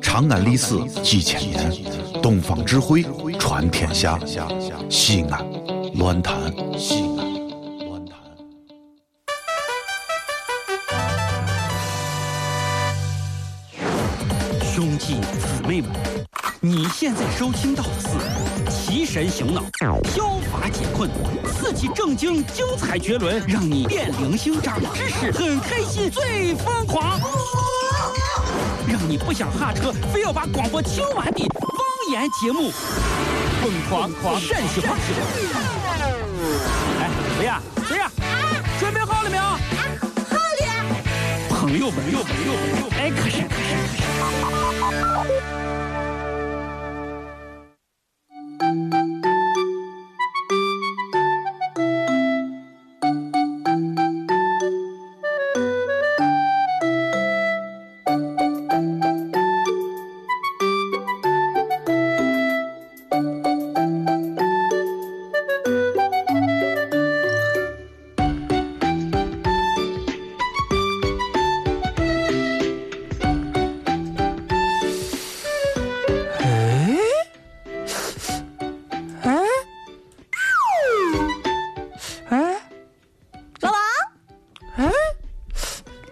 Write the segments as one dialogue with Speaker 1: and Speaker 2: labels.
Speaker 1: 长安历史几千年，东方智慧传天下。西安，乱谈西安，乱谈。
Speaker 2: 兄弟姊妹们，你现在收听到的是提神醒脑、消乏解困、刺激正经、精彩绝伦，让你变零星、长知识，很开心，最疯狂，让你不想下车，非要把广播听完的方言节目，疯狂狂陕西话。哎，谁呀？谁呀？准备好了没有？朋友们，朋友们，朋友们，哎，可是可是。
Speaker 3: 哎，哎，哎，
Speaker 4: 老王，
Speaker 3: 哎，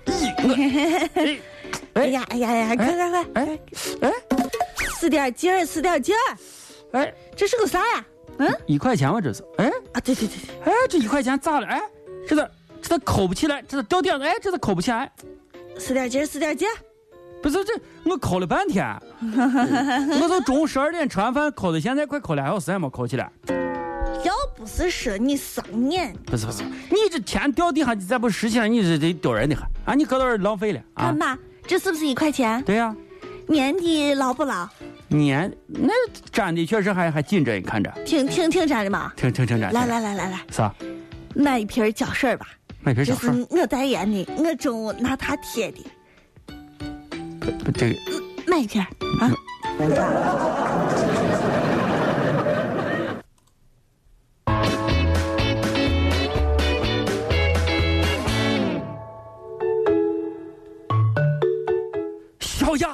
Speaker 4: 啊哎呀哎呀哎呀，快快快，
Speaker 3: 哎，哎，
Speaker 4: 使点劲儿，使点劲儿，
Speaker 3: 哎，
Speaker 4: 这是个啥呀？嗯
Speaker 3: 一块钱吧，这是。哎，
Speaker 4: 啊，对对对对，
Speaker 3: 哎，这一块钱咋了？哎，这咋这咋扣不起来？这咋掉点？哎，这咋扣不起来？
Speaker 4: 使点劲儿，使点劲儿，
Speaker 3: 不是这，我扣了半 天，我从中午十二点吃完饭扣的，现在快扣俩小时还没扣起来。
Speaker 4: 要不是说你上眼，
Speaker 3: 不是不是，你这钱掉地上，你再不拾起来，你这这丢人的很啊！你搁这儿浪费了啊
Speaker 4: 看！吧，这是不是一块钱？
Speaker 3: 对呀、
Speaker 4: 粘的牢不牢？
Speaker 3: 年那粘的确实还还紧着，你看着，
Speaker 4: 挺挺挺粘的嘛。
Speaker 3: 挺挺挺粘。
Speaker 4: 来来来来来，
Speaker 3: 啥？
Speaker 4: 买一瓶胶水吧，
Speaker 3: 买瓶
Speaker 4: 这
Speaker 3: 小
Speaker 4: 是
Speaker 3: 水，
Speaker 4: 我代言的，我中午拿它贴的，
Speaker 3: 不这个
Speaker 4: 买一瓶儿啊。
Speaker 3: 小雅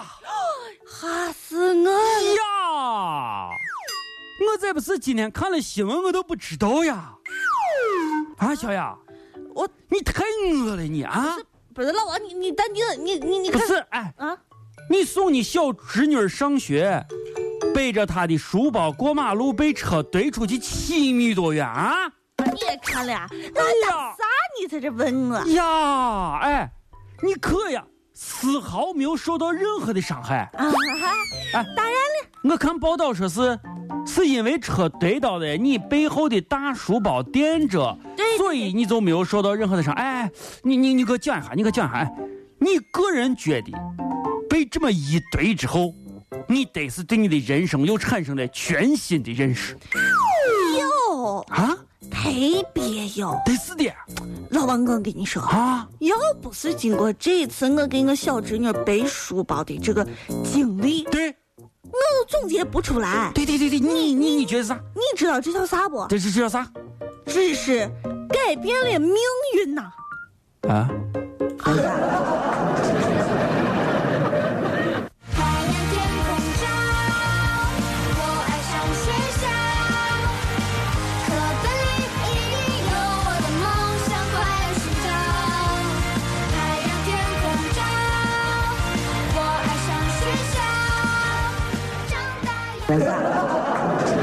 Speaker 4: 哈是我，
Speaker 3: 呀，我再不是今天看了新闻，我都不知道呀。啊，小雅，
Speaker 4: 我
Speaker 3: 你太饿了你啊！
Speaker 4: 不是老王，你你淡定，你你你
Speaker 3: 不
Speaker 4: 看
Speaker 3: 是，哎，
Speaker 4: 啊，
Speaker 3: 你送你小侄女儿上学，背着她的书包过马路，被车怼出去七米多远啊！
Speaker 4: 你也看了呀？
Speaker 3: 哎
Speaker 4: 那干
Speaker 3: 呀
Speaker 4: 啥你在这问我？
Speaker 3: 呀，哎，你可呀，丝毫没有受到任何的伤害。
Speaker 4: 啊哈哈，
Speaker 3: 我看报道说是，是因为车怼到的你背后的大书包垫着
Speaker 4: 对，
Speaker 3: 所以你就没有受到任何的伤。哎，哎你你你给我讲一下，你给我讲一下，哎，你个人觉得被这么一怼之后，你得是对你的人生又产生了全新的认识
Speaker 4: 有
Speaker 3: 啊？
Speaker 4: 特别有。
Speaker 3: 得是的
Speaker 4: 老王，我跟你说，
Speaker 3: 啊！
Speaker 4: 要不是经过这次我给我小侄女背书包的这个经历，
Speaker 3: 对
Speaker 4: 我总结不出来。
Speaker 3: 对对对对，你你你觉得啥？
Speaker 4: 你知道这叫啥不？
Speaker 3: 这是这叫啥？
Speaker 4: 这是改变了命运呐、
Speaker 3: 啊？
Speaker 5: 海洋天空中，我爱上学校。课本里有我的梦想，快乐寻找。海洋天空中，我爱上学校。长大以后。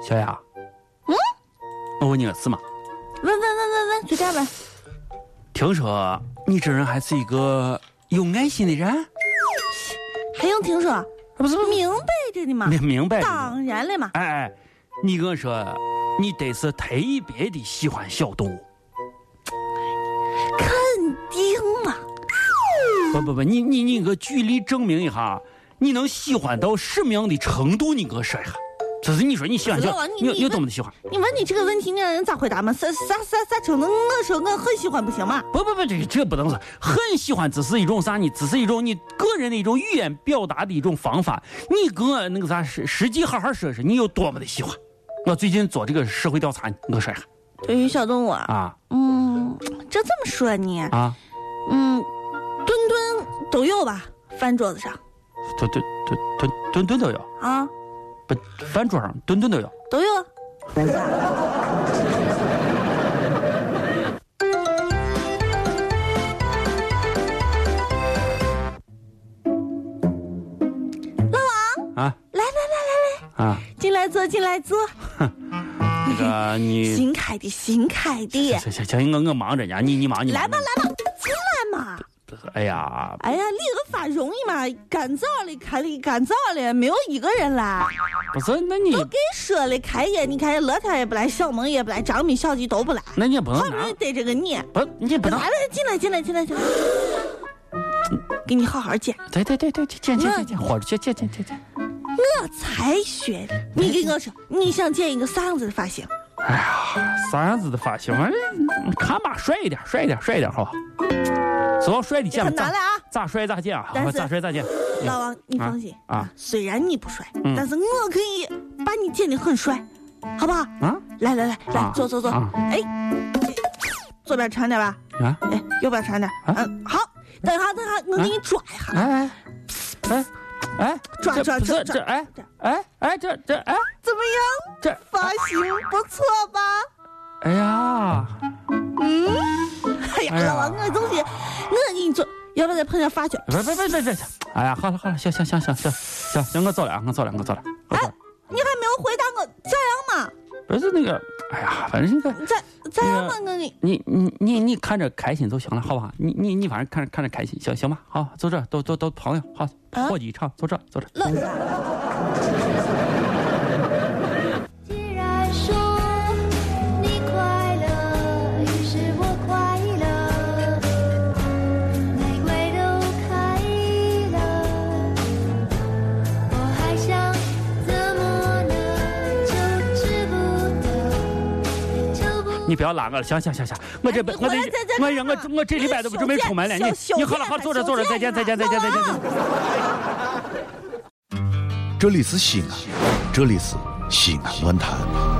Speaker 3: 小雅，嗯，我问你个事嘛，
Speaker 4: 问问问问问，随便问。
Speaker 3: 听说你这人还是一个有爱心的人，
Speaker 4: 还用听说？不是明摆着的嘛。
Speaker 3: 明明白着呢？
Speaker 4: 啊当然了嘛，
Speaker 3: 哎哎，你跟我说，你得是特别的喜欢小动物。
Speaker 4: 肯定嘛。
Speaker 3: 不不不，你你你给我举例证明一下，你能喜欢到什么样的程度？你给我说一下。就是你说你喜欢小
Speaker 4: 老王，你
Speaker 3: 你有
Speaker 4: 你
Speaker 3: 有多么的喜欢？
Speaker 4: 你问你这个问题，你让人咋回答嘛？啥啥啥啥程度？我说我很喜欢，不行嘛？
Speaker 3: 不不不，这个这不能说，很喜欢只是一种啥？你只是一种你个人的一种语言表达的一种方法。你跟我那个啥实实际好好说说，你有多么的喜欢？我最近做这个社会调查，我说一下
Speaker 4: 对于小动物啊，
Speaker 3: 啊
Speaker 4: 嗯，这这么说呢，
Speaker 3: 啊，
Speaker 4: 嗯，墩墩都有吧，饭桌子上
Speaker 3: 蹲蹲蹲蹲蹲蹲都有，
Speaker 4: 啊，
Speaker 3: 不饭桌上蹲蹲都有。
Speaker 4: 都有。
Speaker 3: 啊
Speaker 4: 来来来来来，
Speaker 3: 啊，
Speaker 4: 进来坐，进来坐。
Speaker 3: 那 个你，
Speaker 4: 新开的，新开的，
Speaker 3: 行行行，我我忙着呢，你你忙你忙
Speaker 4: 来吧来吧，进来嘛。
Speaker 3: 哎呀，
Speaker 4: 哎呀，理个发容易嘛，干燥了开了，干燥了，没有一个人来。
Speaker 3: 不是，那你
Speaker 4: 都跟说了开业，你看乐天也不来，小萌也不来，张米、小吉都不来，
Speaker 3: 那你也不能
Speaker 4: 好不容易
Speaker 3: 拿，
Speaker 4: 逮着个你，
Speaker 3: 不你不
Speaker 4: 来
Speaker 3: 能，
Speaker 4: 来，进来进来进来进来，给你好好讲。
Speaker 3: 对对对对，见见见
Speaker 4: 嗯
Speaker 3: 见，活着见见见见见。
Speaker 4: 我才学的，你
Speaker 3: 哎
Speaker 4: 给我说，你想剪一个啥样子的发型？
Speaker 3: 啥子的发型，哎看吧，帅一点，帅一点，帅一点，好吧。所有帅的见
Speaker 4: 这很难了啊
Speaker 3: 咋帅咋见啊
Speaker 4: 但，是
Speaker 3: 咋帅咋见。
Speaker 4: 老王，你放心
Speaker 3: 嗯啊啊，
Speaker 4: 虽然你不帅，
Speaker 3: 嗯
Speaker 4: 但是我可以把你剪得很帅，好不好？
Speaker 3: 啊
Speaker 4: 来来来来
Speaker 3: 啊，
Speaker 4: 坐坐坐，
Speaker 3: 啊
Speaker 4: 哎，左边长点吧，
Speaker 3: 啊，
Speaker 4: 哎，右边长点，
Speaker 3: 啊
Speaker 4: 嗯，好，等一下等一下，我给你抓一下。
Speaker 3: 哎哎哎哎，
Speaker 4: 抓
Speaker 3: 这
Speaker 4: 抓
Speaker 3: 不是
Speaker 4: 抓抓
Speaker 3: 这哎哎哎这这哎
Speaker 4: 怎么样？
Speaker 3: 这，
Speaker 4: 发型不错吧？
Speaker 3: 哎呀，
Speaker 4: 哎呀，
Speaker 3: 哎呀
Speaker 4: 老王，我东西，我给你做，要不然再碰上发卷。
Speaker 3: 别别别别别，哎呀，好了好了，行行行行行行行，我走了啊，我走了我走了，我走了。
Speaker 4: 你还没有回答我，咋样嘛？
Speaker 3: 不是那个，哎呀，反正这个。
Speaker 4: 咋咋样嘛？
Speaker 3: 那
Speaker 4: 我你
Speaker 3: 你你你你看着开心就行了，好吧？你你你反正看着看着开心，行行吧？好，就这，都都都朋友，好，
Speaker 4: 啊
Speaker 3: 伙计一场，就这，就这。
Speaker 4: 老
Speaker 5: 既然说你快乐，于是我快乐，玫瑰都开了，我还想怎么呢？求之不得，求不。
Speaker 3: 你不要拉我了，行行行行，我这
Speaker 4: 哎
Speaker 3: 本
Speaker 4: 你
Speaker 3: 我
Speaker 4: 回来再再
Speaker 3: 这我
Speaker 4: 看
Speaker 3: 让我
Speaker 4: 吧
Speaker 3: 我这礼拜都准备出门了，你
Speaker 4: 小
Speaker 3: 你好了好
Speaker 4: 小
Speaker 3: 坐着
Speaker 4: 小
Speaker 3: 坐着，
Speaker 4: 小
Speaker 3: 再见再见再
Speaker 4: 小
Speaker 3: 见再见。
Speaker 4: 小
Speaker 1: 这里是西安，这里是西安论坛。